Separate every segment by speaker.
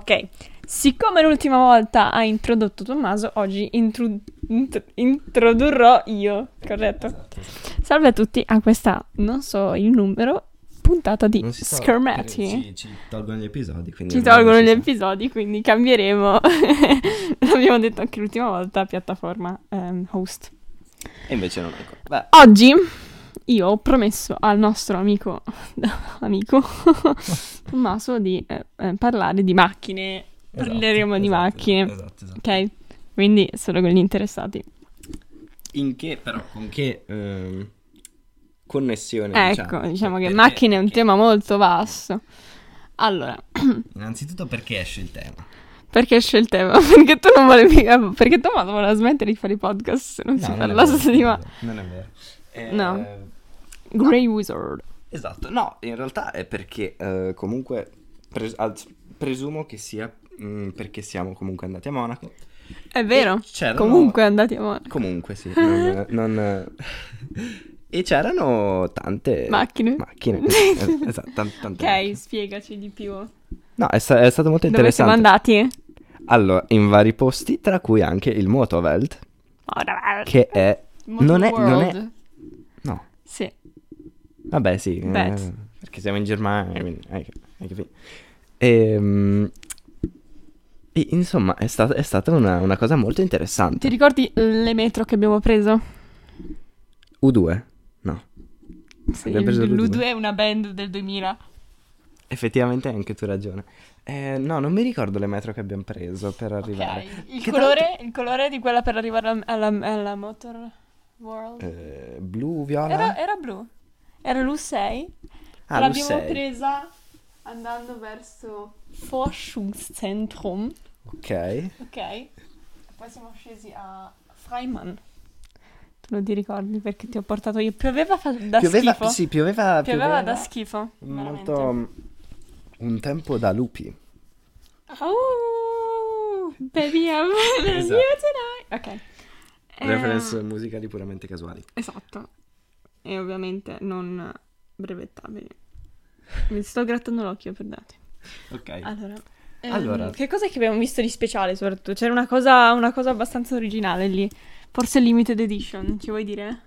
Speaker 1: Ok, siccome l'ultima volta ha introdotto Tommaso, oggi intru- int- introdurrò io, corretto? Salve a tutti a questa, non so il numero, puntata di
Speaker 2: Non si sa,
Speaker 1: Schermati.
Speaker 2: eh, Ci, ci tolgono gli episodi, quindi
Speaker 1: Ci
Speaker 2: ormai
Speaker 1: tolgono
Speaker 2: non
Speaker 1: gli
Speaker 2: si sa.
Speaker 1: episodi, quindi cambieremo, l'abbiamo detto anche l'ultima volta, piattaforma ehm, host.
Speaker 2: E invece non ancora. Beh,
Speaker 1: Oggi io ho promesso al nostro amico, amico Tommaso di eh, eh, parlare di macchine.
Speaker 2: esatto,
Speaker 1: Parleremo di
Speaker 2: esatto,
Speaker 1: macchine,
Speaker 2: Esatto, esatto.
Speaker 1: ok? Quindi solo quelli interessati.
Speaker 2: In che, però, con che ehm, connessione?
Speaker 1: Ecco, diciamo
Speaker 2: Eh,
Speaker 1: che macchine è un tema molto vasto. Allora,
Speaker 2: Innanzitutto perché esce il tema?
Speaker 1: perché esce il tema? Perché tu non volevi... eh, Perché Tommaso voleva smettere di fare i podcast se non
Speaker 2: No,
Speaker 1: si
Speaker 2: non è
Speaker 1: parlasse
Speaker 2: vero,
Speaker 1: di
Speaker 2: non è
Speaker 1: ma...
Speaker 2: vero, Non è vero. Eh,
Speaker 1: No. Grey Wizard.
Speaker 2: Esatto, no, in realtà è perché eh, comunque pres- al- presumo che sia mm, perché siamo comunque andati a Monaco.
Speaker 1: È vero?
Speaker 2: E c'erano-
Speaker 1: Comunque andati a Monaco.
Speaker 2: Eh, Comunque sì, non... non- e c'erano tante
Speaker 1: Macchine.
Speaker 2: macchine, es- esatto, tan-
Speaker 1: Ok,
Speaker 2: tante macchine.
Speaker 1: spiegaci di più. Dove
Speaker 2: No, è, sta- è stato molto
Speaker 1: siamo
Speaker 2: interessante.
Speaker 1: andati?
Speaker 2: Allora, in vari posti, tra cui anche il Motorwelt,
Speaker 1: Ora,
Speaker 2: che è... Non è, non è... No,
Speaker 1: Sì.
Speaker 2: Vabbè, sì. eh,
Speaker 1: Bet.
Speaker 2: perché siamo in Germania. quindi Hai, hai capito. Ehm, e, insomma, è, sta- è stata una, una cosa molto
Speaker 1: Ti
Speaker 2: interessante.
Speaker 1: ricordi le metro che abbiamo preso?
Speaker 2: U2? No.
Speaker 1: Sì,
Speaker 2: Abbiamo preso l'U2.
Speaker 1: l'U2 è una band del 2000.
Speaker 2: Effettivamente hai anche tu ragione. Eh, no, non mi ricordo le metro che abbiamo preso per arrivare.
Speaker 1: Ok, Il,
Speaker 2: Che
Speaker 1: colore, il colore di quella per arrivare alla, alla- alla Motor World
Speaker 2: Eh, blu, viola?
Speaker 1: era, era blu. Era l'U6.
Speaker 2: ah, blu
Speaker 1: L'abbiamo
Speaker 2: sei.
Speaker 1: presa andando verso Forschungszentrum.
Speaker 2: Ok.
Speaker 1: Ok. E Poi siamo scesi a Freimann. Tu non ti ricordi perché ti ho portato io. Pioveva fa- da
Speaker 2: Pioveva,
Speaker 1: schifo.
Speaker 2: sì, pioveva,
Speaker 1: Pioveva da schifo. veramente. Eh.
Speaker 2: Molto... Un tempo da lupi.
Speaker 1: Oh, baby, I'm with
Speaker 2: Esatto.
Speaker 1: you tonight. Ok. Eh,
Speaker 2: Reference musicali puramente casuali.
Speaker 1: esatto. E ovviamente non brevettabili. Mi sto grattando l'occhio, perdonate.
Speaker 2: Ok.
Speaker 1: Allora. ehm,
Speaker 2: Allora.
Speaker 1: Che cosa è che abbiamo visto di speciale soprattutto? C'era una cosa, una cosa abbastanza originale lì. Forse limited edition, ci vuoi dire?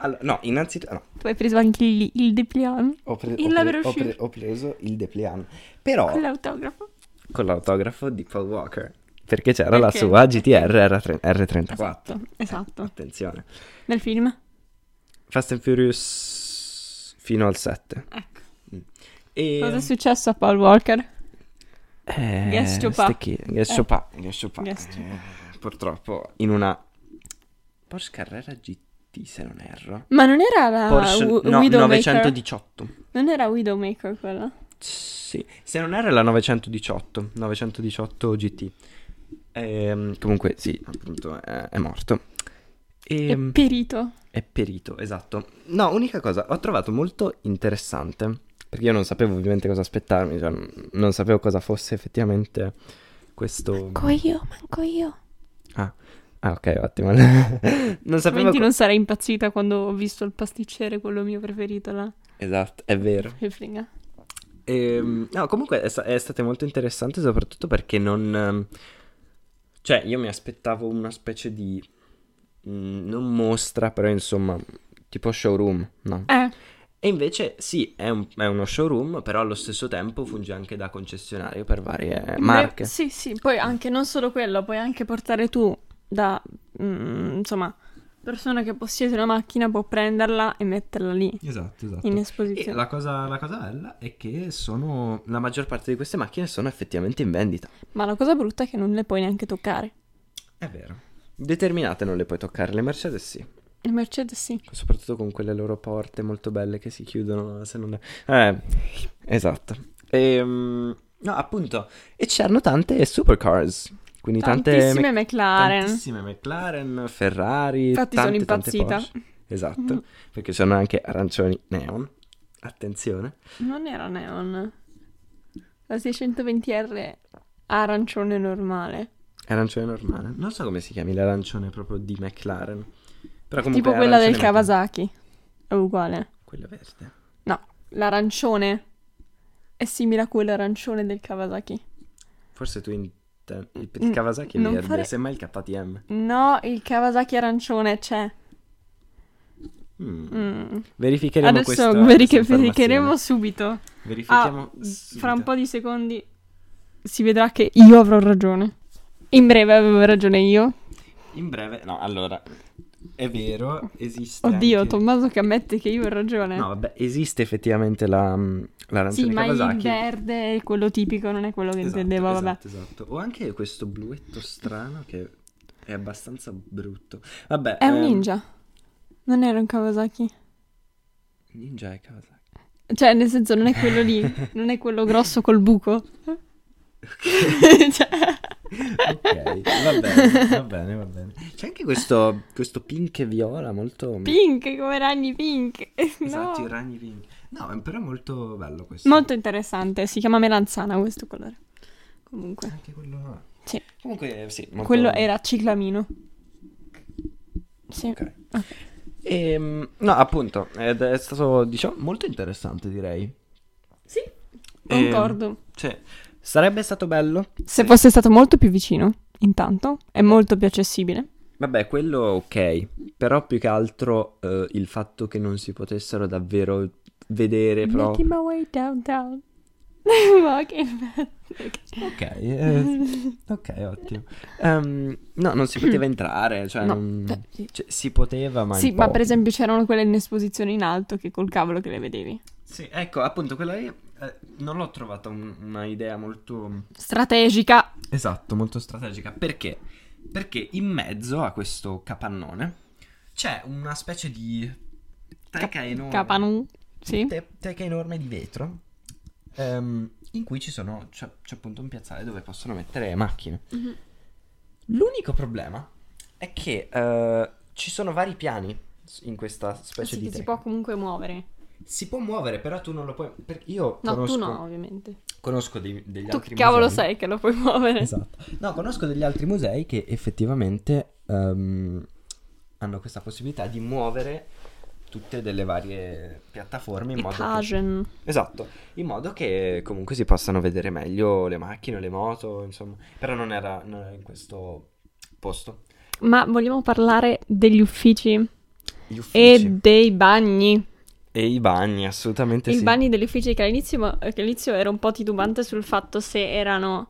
Speaker 2: Allora, no, innanzitutto... no,
Speaker 1: Tu hai preso anche lì il dépliant
Speaker 2: Ho, pre-
Speaker 1: Il
Speaker 2: ho pre-
Speaker 1: lavoro
Speaker 2: ho pre-
Speaker 1: uscito.
Speaker 2: ho preso il Deplian, però
Speaker 1: con l'autografo.
Speaker 2: con l'autografo di Paul Walker, perché c'era la
Speaker 1: Perché?
Speaker 2: sua GTR R3- R34.
Speaker 1: Esatto, esatto.
Speaker 2: Attenzione.
Speaker 1: Nel film.
Speaker 2: Fast and Furious fino al 7.
Speaker 1: Ecco.
Speaker 2: E...
Speaker 1: Cosa è successo a Paul Walker?
Speaker 2: Eh,
Speaker 1: Guess Chopin.
Speaker 2: ste chi- Guess
Speaker 1: Eh.
Speaker 2: Chopin, Guess Chopin.
Speaker 1: Guess
Speaker 2: Eh,
Speaker 1: Chopin.
Speaker 2: purtroppo in una Porsche Carrera GT, se non erro.
Speaker 1: Ma non era la
Speaker 2: Porsche
Speaker 1: Ah, Wi-
Speaker 2: no,
Speaker 1: Widowmaker?
Speaker 2: 918.
Speaker 1: Non era Widowmaker quella?
Speaker 2: Sì, se non era la 918, 918 GT. Ehm, comunque sì, appunto è, è morto.
Speaker 1: È
Speaker 2: Ehm,
Speaker 1: perito.
Speaker 2: è perito, esatto. No, unica cosa, ho trovato molto interessante, perché io non sapevo ovviamente cosa aspettarmi, cioè, n- non sapevo cosa fosse effettivamente questo...
Speaker 1: Manco io, manco io.
Speaker 2: Ah ok, ottimo. non sapevo...
Speaker 1: Altrimenti
Speaker 2: co-
Speaker 1: non sarei impazzita quando ho visto il pasticcere, quello mio preferito, la
Speaker 2: Esatto, è vero.
Speaker 1: Heflinga.
Speaker 2: Ehm, no, comunque è, sta- è stato molto interessante soprattutto perché non... ehm, Cioè, io mi aspettavo una specie di... mm, Non mostra, però insomma, tipo showroom, no?
Speaker 1: Eh,
Speaker 2: E invece sì, è, un- è uno showroom, però allo stesso tempo funge anche da concessionario per varie marche.
Speaker 1: beh, Sì, sì, poi anche non solo quello, puoi anche portare tu da, mm, insomma, persona che possiede una macchina può prenderla e metterla lì
Speaker 2: Esatto, esatto.
Speaker 1: in
Speaker 2: E
Speaker 1: esposizione.
Speaker 2: la cosa, la cosa bella è che sono... La maggior parte di queste macchine sono effettivamente in vendita.
Speaker 1: Ma la cosa brutta è che non le puoi neanche toccare.
Speaker 2: È vero. Determinate non le puoi toccare, le Mercedes sì.
Speaker 1: Il Mercedes sì.
Speaker 2: Soprattutto con quelle loro porte molto belle che si chiudono se non... Eh, esatto. Ehm, no, appunto. E c'erano tante supercars. Quindi tante...
Speaker 1: Tantissime McLaren.
Speaker 2: Tantissime McLaren, Ferrari.
Speaker 1: Infatti sono
Speaker 2: tante, tante
Speaker 1: impazzita. Mm.
Speaker 2: Porsche. Esatto. Perché sono anche arancioni neon. Attenzione.
Speaker 1: Non era neon. La 620R arancione normale.
Speaker 2: Arancione normale. Non so come si chiami l'arancione proprio di McLaren. Però comunque
Speaker 1: tipo
Speaker 2: è
Speaker 1: quella del
Speaker 2: arancione McLaren.
Speaker 1: Kawasaki. È uguale.
Speaker 2: Quella verde.
Speaker 1: No, l'arancione è simile a quello arancione del Kawasaki.
Speaker 2: Forse tu intendi. Il il Kawasaki è
Speaker 1: Mm, non
Speaker 2: verde,
Speaker 1: fare-
Speaker 2: semmai il KTM.
Speaker 1: No, il Kawasaki arancione c'è.
Speaker 2: Mm.
Speaker 1: Mm.
Speaker 2: Verificheremo questa
Speaker 1: Adesso
Speaker 2: questa
Speaker 1: verifiche-
Speaker 2: informazione.
Speaker 1: verificheremo subito.
Speaker 2: Verifichiamo
Speaker 1: Ah,
Speaker 2: subito.
Speaker 1: Fra un po' di secondi si vedrà che io avrò ragione. In breve avevo ragione io.
Speaker 2: In breve, no, allora, è vero, esiste
Speaker 1: Oddio,
Speaker 2: anche...
Speaker 1: Tommaso che ammette che io ho ragione.
Speaker 2: No, vabbè, esiste effettivamente la, mm, l'arancione
Speaker 1: Eh? sì, ma il
Speaker 2: Kawasaki.
Speaker 1: verde è quello tipico, non è quello che
Speaker 2: Esatto,
Speaker 1: intendevo, vabbè.
Speaker 2: esatto, esatto. O anche questo bluetto strano che è abbastanza brutto. Vabbè,
Speaker 1: È un
Speaker 2: ehm,
Speaker 1: ninja. Non era un Kawasaki.
Speaker 2: Ninja è Kawasaki.
Speaker 1: Cioè, nel senso, non è quello lì. non è quello grosso col buco. Cioè,
Speaker 2: Ok, va bene, va bene, va bene. C'è anche questo, questo pink e viola molto...
Speaker 1: pink, come ragni pink. No.
Speaker 2: Esatto, i ragni pink. No, è però molto bello questo.
Speaker 1: Molto interessante. Si chiama melanzana questo colore. Comunque.
Speaker 2: Anche quello là.
Speaker 1: Sì.
Speaker 2: Comunque, sì, molto...
Speaker 1: Quello era ciclamino. Sì. Ah.
Speaker 2: Ok. Ehm, no, appunto, ed è stato, diciamo, molto interessante, direi.
Speaker 1: Sì, concordo.
Speaker 2: Cioè, sarebbe stato bello.
Speaker 1: Se fosse stato molto più vicino, intanto,
Speaker 2: Eh.
Speaker 1: è molto più accessibile.
Speaker 2: Vabbè, quello ok, però più che altro eh, il fatto che non si potessero davvero vedere
Speaker 1: Making
Speaker 2: proprio.
Speaker 1: my way downtown. Ma che bello.
Speaker 2: Ok, eh, ok, ottimo. Ehm, no, non si poteva entrare, cioè,
Speaker 1: No,
Speaker 2: non-
Speaker 1: eh, sì.
Speaker 2: cioè, si poteva, ma
Speaker 1: sì,
Speaker 2: in
Speaker 1: ma
Speaker 2: poco.
Speaker 1: per esempio c'erano quelle in esposizione in alto che col cavolo che le vedevi.
Speaker 2: Sì, ecco, appunto, quella lì eh, non l'ho trovata un- una idea molto
Speaker 1: Strategica.
Speaker 2: Esatto, molto strategica. Perché? Perché in mezzo a questo capannone c'è una specie di teca enorme.
Speaker 1: Capanu. Sì.
Speaker 2: te- teca enorme di vetro. ehm, in cui ci sono. C'è, c'è appunto un piazzale dove possono mettere macchine.
Speaker 1: Mhm.
Speaker 2: L'unico problema è che eh, ci sono vari piani s- in questa specie
Speaker 1: Cioè, Sì,
Speaker 2: di
Speaker 1: che si
Speaker 2: teca.
Speaker 1: può comunque muovere.
Speaker 2: Si può muovere, però tu non lo puoi. per- io
Speaker 1: No,
Speaker 2: conosco,
Speaker 1: tu no, ovviamente.
Speaker 2: conosco dei- degli
Speaker 1: Tu
Speaker 2: altri
Speaker 1: che cavolo
Speaker 2: musei.
Speaker 1: sai che lo puoi muovere?
Speaker 2: Esatto. No, conosco degli altri musei che effettivamente ehm, hanno questa possibilità di muovere tutte delle varie piattaforme in
Speaker 1: I
Speaker 2: modo che...
Speaker 1: Tagen.
Speaker 2: Esatto, in modo che comunque si possano vedere meglio le macchine, le moto, insomma. Però non era, non era in questo posto.
Speaker 1: Ma vogliamo parlare degli uffici
Speaker 2: Gli
Speaker 1: e
Speaker 2: uffici e,
Speaker 1: dei bagni.
Speaker 2: i bagni, assolutamente
Speaker 1: I
Speaker 2: sì.
Speaker 1: bagni degli uffici che all'inizio, eh, che all'inizio ero un po' titubante sul fatto se erano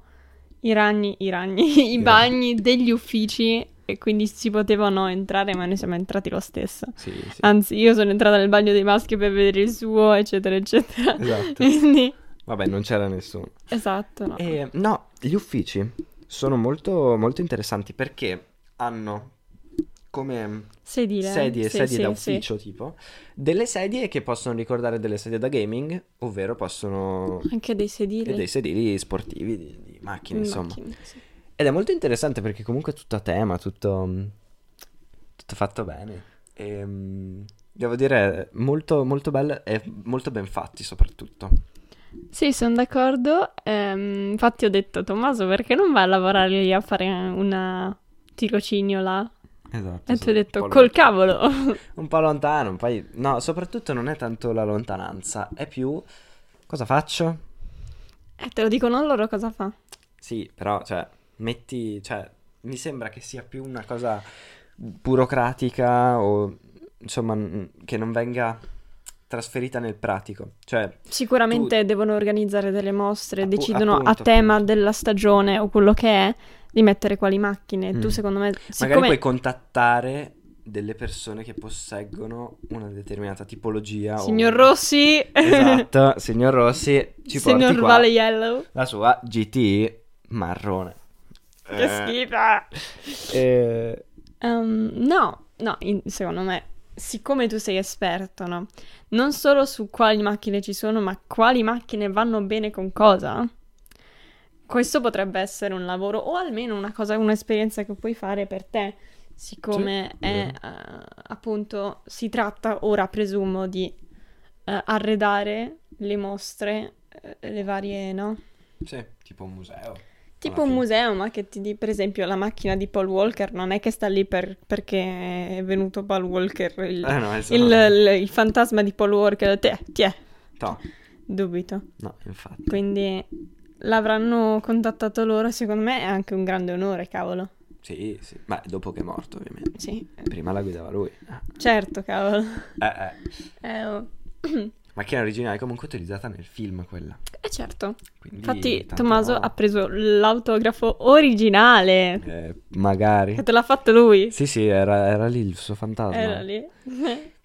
Speaker 1: i ragni, i ragni, i
Speaker 2: ragni.
Speaker 1: bagni degli uffici e quindi si potevano entrare, ma noi siamo entrati lo stesso.
Speaker 2: Sì, sì.
Speaker 1: Anzi, io sono entrata nel bagno dei maschi per vedere il suo, eccetera, eccetera.
Speaker 2: Esatto.
Speaker 1: Quindi,
Speaker 2: Vabbè, non c'era nessuno.
Speaker 1: esatto, no.
Speaker 2: Eh, no, gli uffici sono molto, molto interessanti perché hanno come
Speaker 1: Sedile.
Speaker 2: sedie,
Speaker 1: sì,
Speaker 2: sedie
Speaker 1: sì,
Speaker 2: da
Speaker 1: sì.
Speaker 2: ufficio tipo, delle sedie che possono ricordare delle sedie da gaming, ovvero possono...
Speaker 1: Anche dei
Speaker 2: e
Speaker 1: sedili.
Speaker 2: dei sedili sportivi di, di macchine,
Speaker 1: in
Speaker 2: insomma.
Speaker 1: macchina, sì.
Speaker 2: Ed è molto interessante perché comunque è tutto a tema, tutto, mm, tutto fatto bene. E, mm, devo dire, molto, molto bello e molto ben fatti soprattutto.
Speaker 1: Sì, sono d'accordo. Ehm, infatti ho detto, Tommaso, perché non vai a lavorare lì a fare un tirocinio là?
Speaker 2: Esatto.
Speaker 1: E tu hai detto, col cavolo!
Speaker 2: Un po' lontano, poi... No, soprattutto non è tanto la lontananza, è più... Cosa faccio?
Speaker 1: E te lo dicono loro cosa fa.
Speaker 2: Sì, però, cioè, metti, cioè, mi sembra che sia più una cosa burocratica o, insomma, n- che non venga trasferita nel pratico. Cioè,
Speaker 1: Sicuramente devono organizzare delle mostre,
Speaker 2: Appu-
Speaker 1: decidono a
Speaker 2: appunto,
Speaker 1: tema
Speaker 2: appunto.
Speaker 1: della stagione o quello che è di mettere quali macchine.
Speaker 2: Mm.
Speaker 1: Tu secondo me,
Speaker 2: magari
Speaker 1: siccome
Speaker 2: puoi contattare delle persone che posseggono una determinata tipologia o...
Speaker 1: signor Rossi,
Speaker 2: Esatto, signor Rossi, ci porti
Speaker 1: signor
Speaker 2: qua
Speaker 1: Vale Yellow,
Speaker 2: la sua GTI marrone.
Speaker 1: che
Speaker 2: Eh,
Speaker 1: schifo!
Speaker 2: eh,
Speaker 1: Ehm, no, no, in- secondo me, siccome tu sei esperto, no? Non solo su quali macchine ci sono, ma quali macchine vanno bene con cosa. Questo potrebbe essere un lavoro o almeno una cosa, un'esperienza che puoi fare per te, siccome
Speaker 2: Sì,
Speaker 1: è eh, appunto si tratta ora presumo di eh, arredare le mostre, eh, le varie, no?
Speaker 2: sì, tipo un museo.
Speaker 1: Tipo
Speaker 2: Alla
Speaker 1: un
Speaker 2: fine.
Speaker 1: museo, ma che ti di, per esempio, la macchina di Paul Walker non è che sta lì per- perché è venuto Paul Walker, il,
Speaker 2: Eh, no,
Speaker 1: il-
Speaker 2: insomma,
Speaker 1: il- il fantasma di Paul Walker, te, ti è,
Speaker 2: no,
Speaker 1: dubito.
Speaker 2: no, infatti.
Speaker 1: Quindi l'avranno contattato loro, secondo me è anche un grande onore, cavolo.
Speaker 2: Sì, sì. Ma dopo che è morto, ovviamente.
Speaker 1: Sì,
Speaker 2: Prima la guidava lui. Eh,
Speaker 1: certo, cavolo.
Speaker 2: eh.
Speaker 1: Eh, oh.
Speaker 2: Macchina originale comunque utilizzata nel film quella.
Speaker 1: Eh, certo.
Speaker 2: Quindi,
Speaker 1: Infatti
Speaker 2: tanto
Speaker 1: Tommaso
Speaker 2: no.
Speaker 1: ha preso l'autografo originale.
Speaker 2: Eh, magari.
Speaker 1: Che te l'ha fatto lui.
Speaker 2: Sì, sì, era, era lì il suo fantasma.
Speaker 1: Era lì.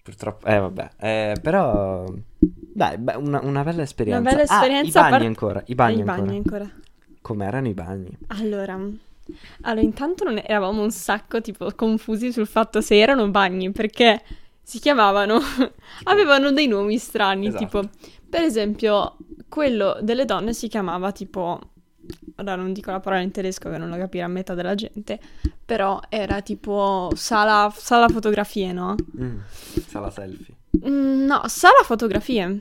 Speaker 2: Purtroppo, eh vabbè, eh, però dai, beh, una, una bella esperienza.
Speaker 1: Una bella
Speaker 2: Ah,
Speaker 1: esperienza
Speaker 2: i bagni
Speaker 1: par-
Speaker 2: ancora, i
Speaker 1: Eh,
Speaker 2: bagni
Speaker 1: I bagni
Speaker 2: ancora.
Speaker 1: ancora.
Speaker 2: Com'erano i bagni?
Speaker 1: Allora, allora, intanto non eravamo un sacco tipo confusi sul fatto se erano bagni perché si chiamavano, avevano dei nomi strani,
Speaker 2: Esatto.
Speaker 1: tipo per esempio quello delle donne si chiamava tipo, ora non dico la parola in tedesco che non lo capirà metà della gente, però era tipo sala, sala fotografie, no?
Speaker 2: Mm, Sala selfie.
Speaker 1: Mm, no, sala fotografie,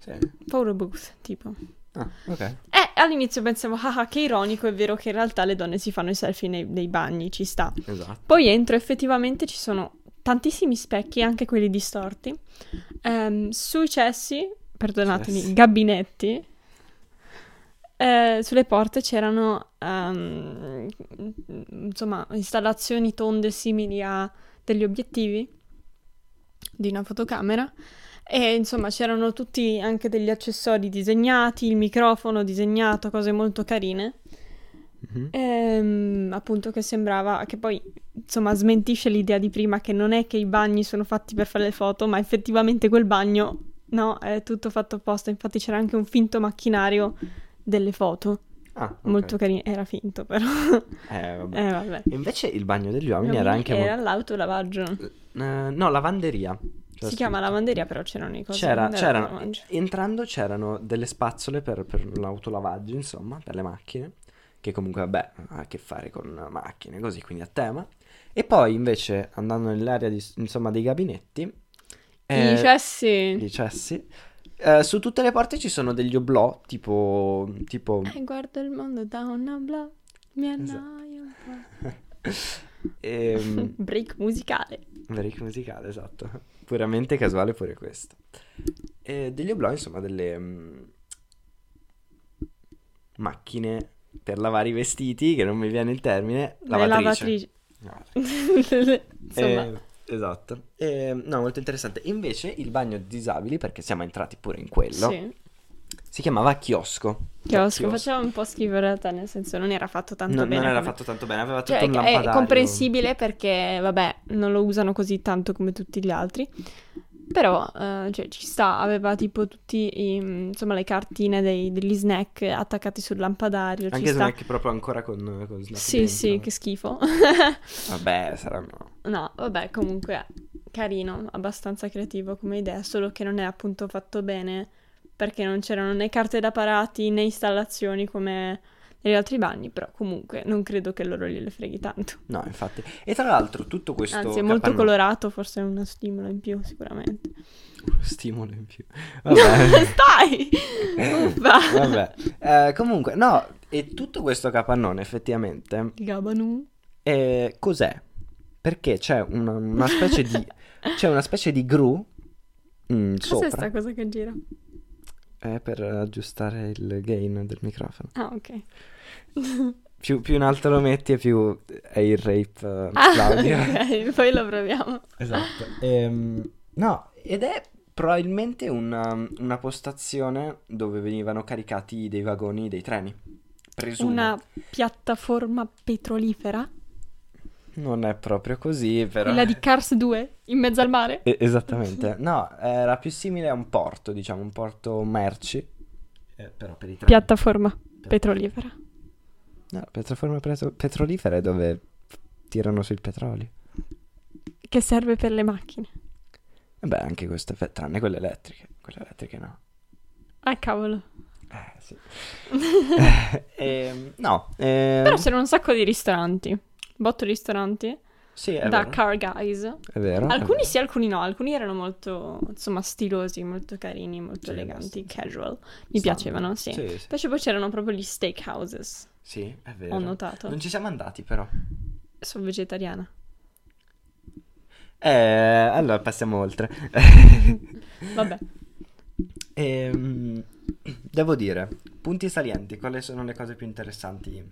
Speaker 2: Sì.
Speaker 1: photo booth, tipo.
Speaker 2: Ah, ok.
Speaker 1: Eh, all'inizio pensavo, ah, ah, che ironico, è vero che in realtà le donne si fanno i selfie nei, nei bagni, ci sta.
Speaker 2: Esatto.
Speaker 1: Poi entro, effettivamente ci sono tantissimi specchi, anche quelli distorti, ehm, sui cessi, perdonatemi,
Speaker 2: Cessi.
Speaker 1: gabinetti. eh, sulle porte c'erano ehm, insomma installazioni tonde simili a degli obiettivi di una fotocamera e insomma c'erano tutti anche degli accessori disegnati, il microfono disegnato, cose molto carine.
Speaker 2: Mhm.
Speaker 1: Ehm, appunto che sembrava che poi insomma smentisce l'idea di prima che non è che i bagni sono fatti per fare le foto, ma effettivamente quel bagno no, è tutto fatto apposta. Infatti c'era anche un finto macchinario delle foto,
Speaker 2: Ah, ok.
Speaker 1: molto carino, era finto però.
Speaker 2: Eh, vabbè.
Speaker 1: eh vabbè.
Speaker 2: E Invece il bagno degli uomini era anche
Speaker 1: Era
Speaker 2: molto...
Speaker 1: l'autolavaggio.
Speaker 2: Eh, no, lavanderia. C'era
Speaker 1: Si chiama
Speaker 2: scritto.
Speaker 1: lavanderia, però c'erano i cosi.
Speaker 2: C'era,
Speaker 1: non era
Speaker 2: c'erano,
Speaker 1: l'autolavaggio.
Speaker 2: entrando c'erano delle spazzole per, per l'autolavaggio, insomma, per le macchine, che comunque, vabbè, ha a che fare con macchine, così, quindi a tema. E poi, invece, andando nell'area, di- insomma, dei gabinetti,
Speaker 1: I
Speaker 2: eh,
Speaker 1: cessi.
Speaker 2: i cessi, eh, su tutte le porte ci sono degli oblò, tipo, tipo,
Speaker 1: Eh, guarda il mondo da una bla. Mi
Speaker 2: Esatto.
Speaker 1: annoio un po'.
Speaker 2: ehm,
Speaker 1: Break musicale.
Speaker 2: Break musicale, esatto. Puramente casuale pure questo. E degli oblò, insomma, delle mm, mh, macchine per lavare i vestiti, che non mi viene il termine,
Speaker 1: Le
Speaker 2: lavatrice. Lavatrice.
Speaker 1: Insomma,
Speaker 2: Eh, esatto. Eh, no, molto interessante. Invece il bagno disabili, perché siamo entrati pure in quello,
Speaker 1: sì.
Speaker 2: si chiamava Eh, chiosco.
Speaker 1: Chiosco, faceva un po' schifo in realtà, nel senso non era fatto tanto
Speaker 2: Non,
Speaker 1: bene.
Speaker 2: non era
Speaker 1: come-
Speaker 2: fatto tanto bene, aveva tutto
Speaker 1: Cioè,
Speaker 2: un lampadario.
Speaker 1: è comprensibile perché, vabbè, non lo usano così tanto come tutti gli altri. Però, eh, cioè, ci sta, aveva tipo tutti, i- insomma, le cartine dei- degli snack attaccati sul lampadario, ci
Speaker 2: Anche se
Speaker 1: sta.
Speaker 2: non è che proprio ancora con, con snack
Speaker 1: Sì,
Speaker 2: dentro.
Speaker 1: sì, che schifo.
Speaker 2: Vabbè, saranno...
Speaker 1: No, vabbè, comunque carino, abbastanza creativo come idea, solo che non è appunto fatto bene perché non c'erano né carte da parati né installazioni come negli altri bagni, però comunque non credo che loro gliele freghi tanto.
Speaker 2: No, infatti. E tra l'altro tutto questo
Speaker 1: Anzi, è molto
Speaker 2: capannone-
Speaker 1: colorato, forse è uno stimolo in più sicuramente.
Speaker 2: stimolo in più. Vabbè.
Speaker 1: Stai! Uffa!
Speaker 2: Vabbè. Eh, comunque, no, e tutto questo capannone effettivamente
Speaker 1: Il Gabanu.
Speaker 2: eh, cos'è? Perché c'è una, una specie di c'è una specie di gru mm,
Speaker 1: Cos'è
Speaker 2: sopra
Speaker 1: sta cosa che gira?
Speaker 2: eh, per aggiustare il gain del microfono.
Speaker 1: Ah, ok.
Speaker 2: Più, più in alto lo metti e più è il rape eh,
Speaker 1: Ah,
Speaker 2: l'audio.
Speaker 1: ok, poi lo proviamo.
Speaker 2: Esatto. Ehm, no, ed è probabilmente una, una postazione dove venivano caricati dei vagoni dei treni. Presumo.
Speaker 1: Una piattaforma petrolifera?
Speaker 2: Non è proprio così, però.
Speaker 1: Quella di Cars 2, in mezzo al mare?
Speaker 2: E- esattamente. No, era più simile a un porto, diciamo, un porto merci. Eh, però per i treni.
Speaker 1: Piattaforma petrolifera.
Speaker 2: No, piattaforma petro- petrolifera è dove tirano sul petrolio.
Speaker 1: Che serve per le macchine.
Speaker 2: E beh, anche queste, fe- tranne quelle elettriche. Quelle elettriche no.
Speaker 1: Ah, cavolo.
Speaker 2: Eh, sì. Ehm, no. ehm,
Speaker 1: Però c'erano un sacco di ristoranti. Botto ristoranti.
Speaker 2: sì, è
Speaker 1: da
Speaker 2: vero.
Speaker 1: Car
Speaker 2: Ah,
Speaker 1: Guys.
Speaker 2: È vero. è
Speaker 1: Alcuni
Speaker 2: vero.
Speaker 1: sì, alcuni no. Alcuni erano molto, insomma, stilosi, molto carini, molto
Speaker 2: Sì,
Speaker 1: eleganti,
Speaker 2: abbastanza.
Speaker 1: casual. Mi
Speaker 2: Stanno.
Speaker 1: piacevano, sì.
Speaker 2: Sì, sì.
Speaker 1: Invece poi c'erano proprio gli steakhouses,
Speaker 2: Sì, esatto. è vero.
Speaker 1: ho notato.
Speaker 2: Non ci siamo andati però.
Speaker 1: Sono vegetariana.
Speaker 2: Eh, allora passiamo oltre.
Speaker 1: Vabbè.
Speaker 2: Ehm, Devo dire, punti salienti, quali sono le cose più interessanti? che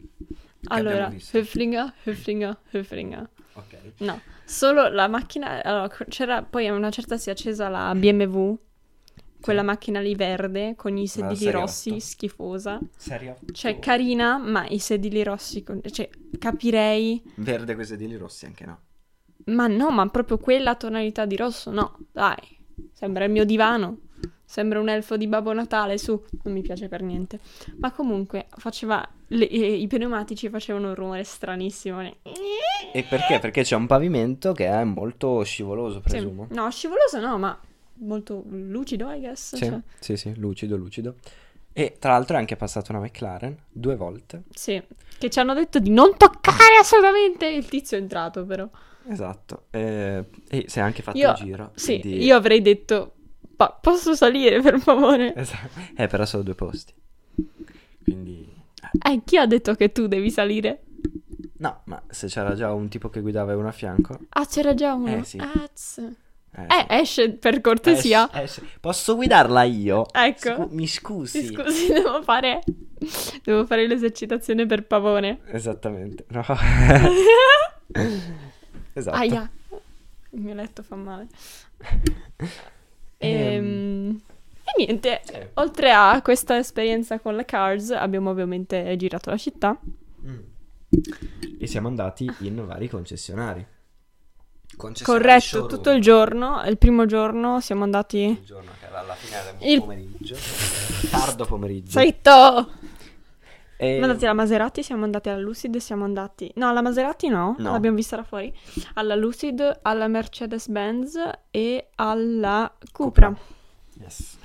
Speaker 1: Allora,
Speaker 2: abbiamo visto?
Speaker 1: Höflinger, Höflinger, Höflinger.
Speaker 2: ok.
Speaker 1: No, solo la macchina. allora, c- c'era poi a una certa si è accesa la BMW, quella macchina lì verde con i sedili
Speaker 2: serie
Speaker 1: rossi,
Speaker 2: otto.
Speaker 1: schifosa.
Speaker 2: Serio?
Speaker 1: Cioè, carina, ma i sedili rossi. con- Cioè, capirei.
Speaker 2: Verde quei sedili rossi anche no.
Speaker 1: Ma no, ma proprio quella tonalità di rosso, no, dai. Sembra il mio divano. Sembra un elfo di Babbo Natale, su, non mi piace per niente. Ma comunque, faceva. le- eh, I pneumatici facevano un rumore stranissimo. ne-
Speaker 2: E perché? Perché c'è un pavimento che è molto scivoloso,
Speaker 1: Sì.
Speaker 2: presumo.
Speaker 1: No, scivoloso no, ma molto lucido, I guess.
Speaker 2: Sì,
Speaker 1: cioè,
Speaker 2: sì, sì, lucido, lucido. E tra l'altro è anche passata una McLaren due volte.
Speaker 1: sì. Che ci hanno detto di non toccare assolutamente. Il tizio è entrato, però.
Speaker 2: Esatto. Eh, e si è anche fatto
Speaker 1: Io-
Speaker 2: il giro.
Speaker 1: Sì,
Speaker 2: quindi-
Speaker 1: io avrei detto. "Pa- posso salire, per favore?
Speaker 2: Esatto. Eh, però solo due posti. Quindi...
Speaker 1: Eh, chi ha detto che tu devi salire?
Speaker 2: No, ma se c'era già un tipo che guidava e uno a fianco...
Speaker 1: Ah, c'era già uno.
Speaker 2: Eh, sì.
Speaker 1: Ah, z-
Speaker 2: Eh,
Speaker 1: Eh, esce per cortesia.
Speaker 2: Eh, sì, eh, sì. Posso guidarla io?
Speaker 1: ah. Ecco.
Speaker 2: Scu- mi scusi.
Speaker 1: Mi scusi, devo fare. Devo fare l'esercitazione per pavone.
Speaker 2: Esattamente. No. esatto.
Speaker 1: Aia. Il mio letto fa male.
Speaker 2: Ehm,
Speaker 1: Ehm, E niente,
Speaker 2: Sì.
Speaker 1: oltre a questa esperienza con la Cars, abbiamo ovviamente girato la città.
Speaker 2: mm. E siamo andati in vari concessionari. Concessionari
Speaker 1: Corretto,
Speaker 2: showroom.
Speaker 1: tutto il giorno. Il primo giorno siamo andati.
Speaker 2: Il giorno che era alla fine del
Speaker 1: Il-
Speaker 2: pomeriggio. Tardo pomeriggio.
Speaker 1: Zitto!
Speaker 2: E-
Speaker 1: Siamo andati alla Maserati, siamo andati alla Lucid, siamo andati... No, alla Maserati no,
Speaker 2: No.
Speaker 1: l'abbiamo vista là fuori. Alla Lucid, alla Mercedes-Benz e alla Cupra.
Speaker 2: Yes.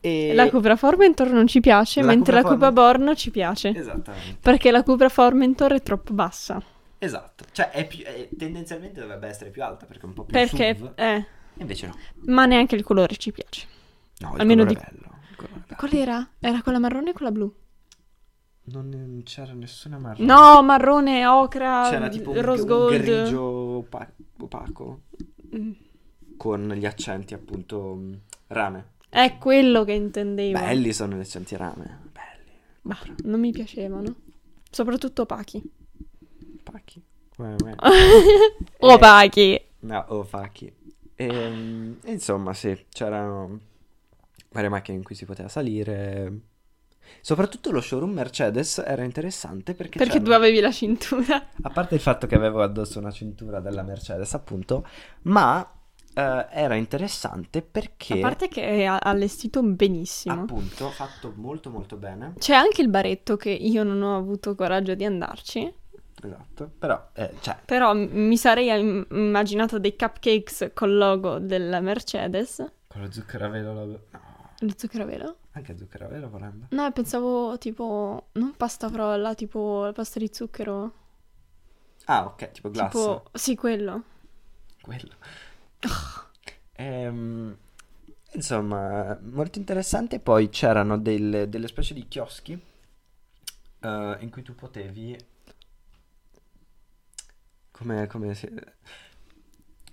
Speaker 2: E...
Speaker 1: La Cupra Formentor non ci piace,
Speaker 2: La
Speaker 1: mentre
Speaker 2: Cupra Eh.
Speaker 1: la Cupra Born ci piace.
Speaker 2: Esattamente.
Speaker 1: Perché la Cupra Formentor è troppo bassa.
Speaker 2: Esatto. Cioè, è più- è- tendenzialmente dovrebbe essere più alta perché è un po' più
Speaker 1: Perché...
Speaker 2: SUV.
Speaker 1: Eh,
Speaker 2: E Invece no.
Speaker 1: ma neanche il colore ci piace.
Speaker 2: No, il
Speaker 1: Almeno
Speaker 2: colore è bello. il colore è bello.
Speaker 1: Qual era? Era quella marrone o quella blu?
Speaker 2: Non non c'era nessuna marrone.
Speaker 1: No, marrone, ocra,
Speaker 2: C'era tipo un,
Speaker 1: rose
Speaker 2: un
Speaker 1: gold.
Speaker 2: grigio opa- opaco
Speaker 1: Mm.
Speaker 2: con gli accenti appunto mh, rame.
Speaker 1: È quello che intendevo.
Speaker 2: Belli sono gli accenti rame. Belli.
Speaker 1: Bah, non mi piacevano. Soprattutto opachi.
Speaker 2: Opachi. Uè, uè. Eh,
Speaker 1: Opachi!
Speaker 2: No, opachi. Ehm, E, insomma, sì, c'erano varie macchine in cui si poteva salire. Soprattutto lo showroom Mercedes era interessante perché,
Speaker 1: Perché
Speaker 2: c'erano-
Speaker 1: tu avevi la cintura.
Speaker 2: A parte il fatto che avevo addosso una cintura della Mercedes, appunto, ma eh, era interessante perché...
Speaker 1: A parte che è a- allestito benissimo.
Speaker 2: Appunto, fatto molto molto bene.
Speaker 1: C'è anche il baretto che io non ho avuto coraggio di andarci.
Speaker 2: Esatto. Però, eh, cioè,
Speaker 1: Però m- mi sarei im- immaginata dei cupcakes col logo della Mercedes.
Speaker 2: con lo zucchero a velo... lo- No,
Speaker 1: Lo zucchero a velo?
Speaker 2: anche zucchero a velo volendo.
Speaker 1: No, pensavo tipo. Non pasta frolla, tipo la pasta di zucchero.
Speaker 2: Ah, ok, tipo glass.
Speaker 1: Tipo. Sì, quello.
Speaker 2: Quello. Ehm, insomma, molto interessante. Poi c'erano delle, delle specie di chioschi eh, in cui tu potevi... Come, come si...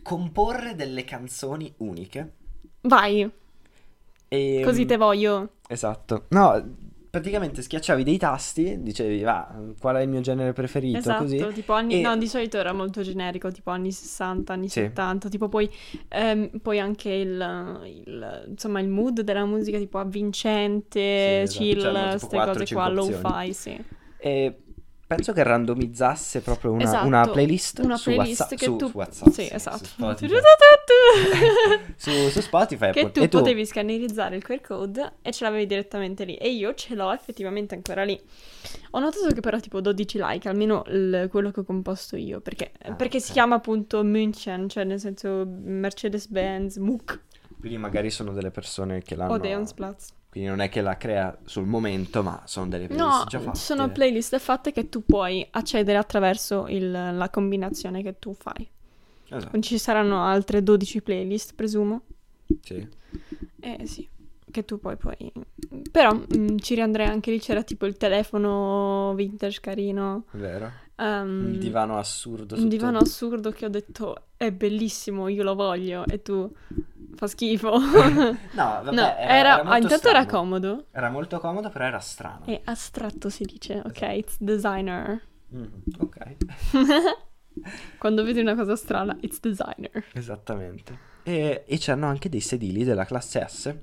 Speaker 2: Comporre delle canzoni uniche.
Speaker 1: Vai,
Speaker 2: E,
Speaker 1: così te voglio.
Speaker 2: Esatto. No, praticamente schiacciavi dei tasti, dicevi, va, qual è il mio genere preferito,
Speaker 1: Esatto,
Speaker 2: così.
Speaker 1: tipo anni...
Speaker 2: E-
Speaker 1: No, di solito era molto generico, tipo anni 60, anni
Speaker 2: Sì.
Speaker 1: 70, tipo poi, ehm, poi anche il, il- insomma, il mood della musica, tipo avvincente,
Speaker 2: Sì, esatto,
Speaker 1: chill,
Speaker 2: c'erano tipo
Speaker 1: queste
Speaker 2: quattro,
Speaker 1: cose
Speaker 2: cinque
Speaker 1: qua, low
Speaker 2: opzioni.
Speaker 1: fi, sì.
Speaker 2: E penso che randomizzasse proprio una,
Speaker 1: Esatto,
Speaker 2: una playlist
Speaker 1: Una
Speaker 2: su
Speaker 1: playlist
Speaker 2: WhatsApp.
Speaker 1: che
Speaker 2: su,
Speaker 1: tu...
Speaker 2: su WhatsApp,
Speaker 1: sì, esatto.
Speaker 2: Su Spotify, su, su Spotify,
Speaker 1: che tu
Speaker 2: appunto. Eh, e tu
Speaker 1: potevi scannerizzare il QR code e ce l'avevi direttamente lì. E io ce l'ho effettivamente ancora lì. Ho notato che però tipo 12 like, almeno il- quello che ho composto io, perché,
Speaker 2: Ah,
Speaker 1: perché si
Speaker 2: ok.
Speaker 1: chiama appunto München, cioè nel senso Mercedes-Benz, MUC
Speaker 2: Quindi magari sono delle persone che l'hanno...
Speaker 1: o Deonsplatz.
Speaker 2: Quindi non è che la crea sul momento, ma sono delle playlist
Speaker 1: No,
Speaker 2: già fatte. Esatto,
Speaker 1: ci sono playlist fatte che tu puoi accedere attraverso il- la combinazione che tu fai.
Speaker 2: Esatto,
Speaker 1: Ci saranno altre 12 playlist, presumo.
Speaker 2: sì.
Speaker 1: Eh sì, che tu poi puoi... Però mm, ci riandrei anche lì, c'era tipo il telefono vintage carino.
Speaker 2: È vero.
Speaker 1: ehm,
Speaker 2: Un divano assurdo.
Speaker 1: un
Speaker 2: sotto-
Speaker 1: divano assurdo che ho detto è bellissimo, io lo voglio. E tu... fa schifo.
Speaker 2: No, vabbè,
Speaker 1: no,
Speaker 2: era,
Speaker 1: era,
Speaker 2: molto
Speaker 1: intanto era
Speaker 2: strano.
Speaker 1: comodo.
Speaker 2: Era molto comodo, però era strano.
Speaker 1: È astratto si dice, ok,
Speaker 2: Esatto.
Speaker 1: it's designer.
Speaker 2: Mm, ok,
Speaker 1: Quando vedi una cosa strana, it's designer.
Speaker 2: esattamente. E, e c'erano anche dei sedili della classe S.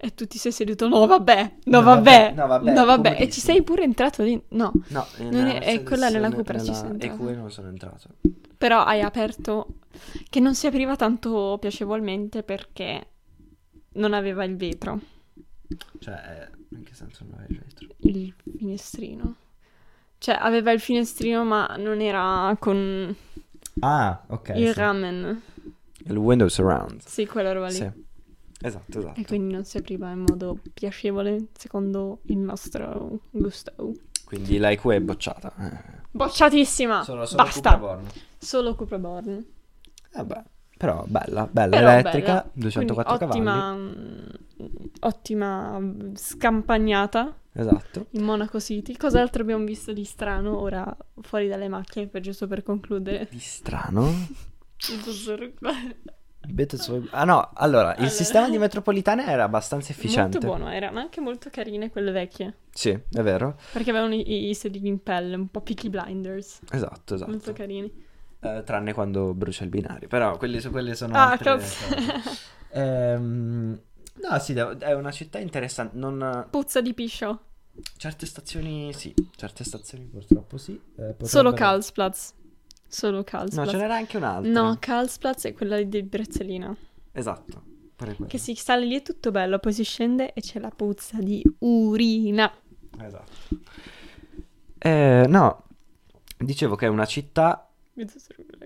Speaker 1: E tu ti sei seduto, no vabbè, no,
Speaker 2: No,
Speaker 1: vabbè,
Speaker 2: vabbè, no, vabbè,
Speaker 1: no, vabbè. E ci
Speaker 2: comodissimo.
Speaker 1: sei pure entrato lì, no.
Speaker 2: No, eh,
Speaker 1: Non
Speaker 2: nella
Speaker 1: è- è quella nella
Speaker 2: sezione-
Speaker 1: Cupra, ci
Speaker 2: nella
Speaker 1: sei entrato.
Speaker 2: EQ non sono entrato.
Speaker 1: Però hai aperto che non si apriva tanto piacevolmente perché non aveva il vetro,
Speaker 2: Cioè, eh, in che senso non avevi il vetro?
Speaker 1: il finestrino. Cioè, aveva il finestrino, ma non era con
Speaker 2: Ah, ok.
Speaker 1: il ramen.
Speaker 2: Il Windows Surround.
Speaker 1: Sì, quella roba lì.
Speaker 2: Esatto, esatto.
Speaker 1: E quindi non si apriva in modo piacevole, secondo il nostro gusto.
Speaker 2: Quindi l'IQ è bocciata. eh.
Speaker 1: Bocciatissima!
Speaker 2: Solo, solo
Speaker 1: Basta!
Speaker 2: Cupra Born.
Speaker 1: Solo Cupra Born.
Speaker 2: Vabbè, Eh però bella, bella,
Speaker 1: Però
Speaker 2: elettrica,
Speaker 1: bella.
Speaker 2: 204
Speaker 1: Quindi ottima,
Speaker 2: cavalli.
Speaker 1: mh, Ottima mh, scampagnata
Speaker 2: Esatto.
Speaker 1: in Monaco City. Cos'altro abbiamo visto di strano ora fuori dalle macchine, per giusto per concludere?
Speaker 2: Di strano.
Speaker 1: Molto
Speaker 2: Beatles- Ah no, allora,
Speaker 1: Allora.
Speaker 2: il sistema di metropolitane era abbastanza efficiente.
Speaker 1: buono, erano anche molto carine quelle vecchie.
Speaker 2: Sì, è vero.
Speaker 1: Perché avevano i, i sedili in pelle, un po' Peaky Blinders.
Speaker 2: Esatto, esatto.
Speaker 1: Molto carini.
Speaker 2: Eh, tranne quando brucia il binario, però quelli su quelle sono
Speaker 1: Ah,
Speaker 2: altre
Speaker 1: cazzo.
Speaker 2: cose. Ehm, no, sì, devo- è una città interessante, non
Speaker 1: Puzza di piscio.
Speaker 2: certe stazioni sì, certe stazioni purtroppo sì. eh, potrebbero-
Speaker 1: Solo Karlsplatz. Solo
Speaker 2: No,
Speaker 1: Karlsplatz.
Speaker 2: ce n'era anche un'altra.
Speaker 1: No, Karlsplatz è quella di Brezzolina.
Speaker 2: Esatto. pure quella.
Speaker 1: Che si sale lì è tutto bello, poi si scende e c'è la puzza di urina.
Speaker 2: Esatto. Eh, no, dicevo che è una città.
Speaker 1: Mezzo sorriso.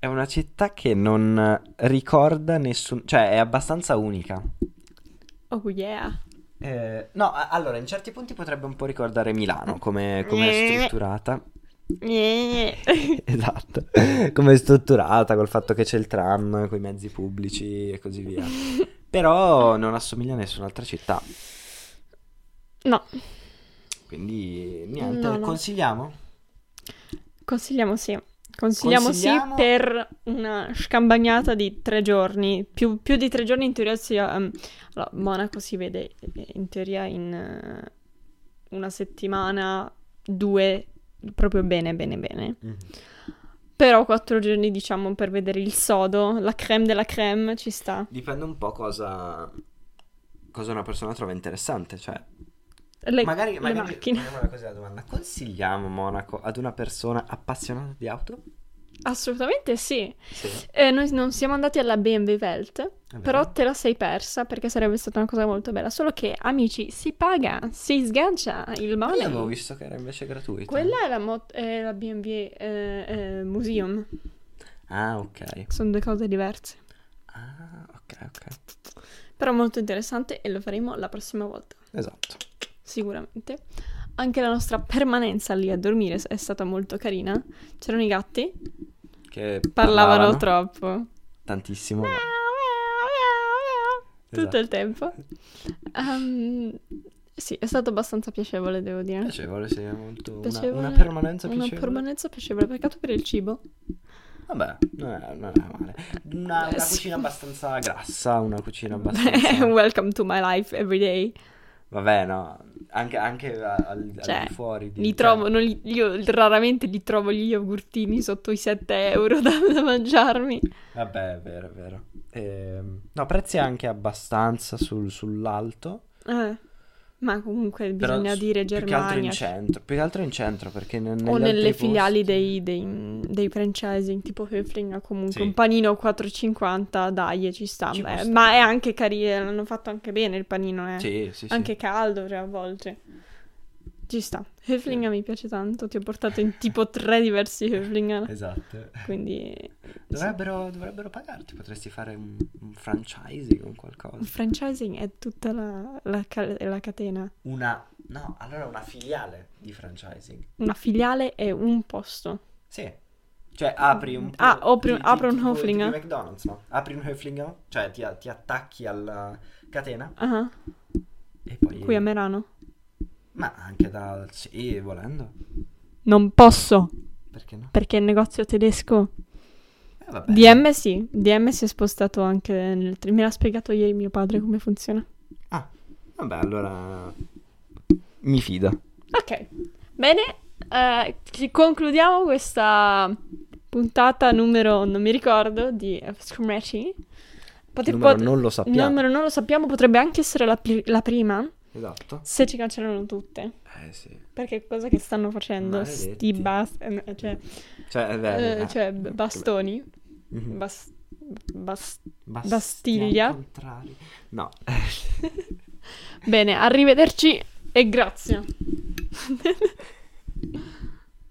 Speaker 2: È una città che non ricorda nessun. cioè è abbastanza unica.
Speaker 1: Oh yeah.
Speaker 2: Eh, no, a- allora in certi punti potrebbe un po' ricordare Milano come, come è strutturata.
Speaker 1: Eh.
Speaker 2: Esatto, come è strutturata col fatto che c'è il tram, con i mezzi pubblici e così via. Però non assomiglia a nessun'altra città.
Speaker 1: No,
Speaker 2: Quindi niente,
Speaker 1: No, no.
Speaker 2: consigliamo?
Speaker 1: consigliamo sì. Consigliamo,
Speaker 2: Consigliamo-
Speaker 1: sì per una scambagnata di tre giorni. Più, più di tre giorni in teoria si... ehm, allora, Monaco si vede eh, in teoria in eh, una settimana, due, proprio bene, bene, bene. Però quattro giorni diciamo per vedere il sodo, la creme della creme ci sta.
Speaker 2: Dipende un po' cosa, cosa una persona trova interessante. Cioè,
Speaker 1: Le,
Speaker 2: magari,
Speaker 1: le
Speaker 2: magari
Speaker 1: macchine.
Speaker 2: poniamola così la domanda. Consigliamo Monaco ad una persona appassionata di auto?
Speaker 1: Assolutamente sì.
Speaker 2: Sì.
Speaker 1: Eh, noi non siamo andati alla BMW Welt,
Speaker 2: vero.
Speaker 1: però te la sei persa perché sarebbe stata una cosa molto bella. Solo che, amici, si paga, si sgancia il
Speaker 2: Io avevo
Speaker 1: money.
Speaker 2: visto che era invece gratuito.
Speaker 1: Quella è la, mot- è la BMW eh, eh, Museum,
Speaker 2: Ah, ok.
Speaker 1: sono due cose diverse.
Speaker 2: Ah, ok, ok.
Speaker 1: Però molto interessante e lo faremo la prossima volta,
Speaker 2: Esatto.
Speaker 1: sicuramente. Anche la nostra permanenza lì a dormire è stata molto carina. C'erano i gatti,
Speaker 2: Che
Speaker 1: parlavano troppo.
Speaker 2: tantissimo.
Speaker 1: Eh, tutto il tempo. Ehm, sì, è stato abbastanza piacevole, devo dire.
Speaker 2: Piacevole, Eh, sì, è molto una-
Speaker 1: Piacevole,
Speaker 2: una, permanenza
Speaker 1: Una
Speaker 2: piacevole.
Speaker 1: permanenza piacevole, peccato per il cibo.
Speaker 2: Vabbè, non è, non è male. Una,
Speaker 1: Beh,
Speaker 2: una
Speaker 1: Eh, sì.
Speaker 2: cucina abbastanza grassa, una cucina abbastanza...
Speaker 1: Welcome to my life every day.
Speaker 2: Vabbè, no, anche, anche a- al, al
Speaker 1: Cioè,
Speaker 2: di fuori di...
Speaker 1: Li trovo, non li- io raramente li trovo gli yogurtini sotto i 7 euro da, da mangiarmi.
Speaker 2: Vabbè, è vero, è vero. Ehm, no, prezzi anche abbastanza sul- sull'alto.
Speaker 1: Eh, Ma comunque
Speaker 2: però
Speaker 1: bisogna
Speaker 2: su-
Speaker 1: dire
Speaker 2: Più che altro
Speaker 1: Germania
Speaker 2: in
Speaker 1: cioè,
Speaker 2: centro, più che altro in centro, perché ne- negli
Speaker 1: o
Speaker 2: altri
Speaker 1: nelle
Speaker 2: posti-
Speaker 1: filiali dei, dei, dei franchising, tipo Höfling ha comunque
Speaker 2: Sì.
Speaker 1: un panino 4,50, dai, e ci sta.
Speaker 2: Ci
Speaker 1: Beh,
Speaker 2: può stare.
Speaker 1: ma è anche carino, l'hanno fatto anche bene il panino, eh.
Speaker 2: Sì, sì, sì.
Speaker 1: Anche caldo cioè, a volte. Ci sta. Höfling mi piace tanto, ti ho portato in tipo tre diversi Höfling,
Speaker 2: Esatto.
Speaker 1: quindi sì.
Speaker 2: Dovrebbero, dovrebbero pagarti, potresti fare un, un franchising o
Speaker 1: il
Speaker 2: qualcosa.
Speaker 1: franchising è tutta la, la ca- la catena.
Speaker 2: Una, no, allora una filiale di franchising.
Speaker 1: Una filiale è un posto.
Speaker 2: Sì. Cioè, apri un...
Speaker 1: Ah, apri-
Speaker 2: ti- ti-
Speaker 1: apro un
Speaker 2: tipo- tipo
Speaker 1: Höfling.
Speaker 2: di McDonald's, no? Apri un Höfling, cioè ti, ti attacchi alla catena
Speaker 1: Ah,
Speaker 2: e poi...
Speaker 1: qui a Merano.
Speaker 2: Ma anche da... Sì, volendo.
Speaker 1: Non posso,
Speaker 2: Perché no?
Speaker 1: perché è il negozio tedesco.
Speaker 2: Eh, vabbè.
Speaker 1: DM sì, DM si è spostato anche nel... tre- Me l'ha spiegato ieri mio padre come funziona.
Speaker 2: Ah, vabbè, allora mi fida.
Speaker 1: Ok, bene, eh, ci- concludiamo questa puntata numero, non mi ricordo, di Scratchy. Pote-
Speaker 2: Il numero
Speaker 1: pot-
Speaker 2: non lo
Speaker 1: il
Speaker 2: sappiamo.
Speaker 1: numero non lo sappiamo, potrebbe anche essere la, pri- la prima,
Speaker 2: Esatto.
Speaker 1: se ci cancellano tutte.
Speaker 2: Eh sì.
Speaker 1: Perché cosa che stanno facendo? Sti
Speaker 2: Maledetti.
Speaker 1: bas- eh, cioè,
Speaker 2: Cioè, è vero,
Speaker 1: eh,
Speaker 2: eh.
Speaker 1: cioè, b- bastoni,
Speaker 2: Mhm.
Speaker 1: bas- bas-
Speaker 2: Bastia
Speaker 1: Bastiglia.
Speaker 2: al contrario. No.
Speaker 1: Bene, arrivederci e grazie.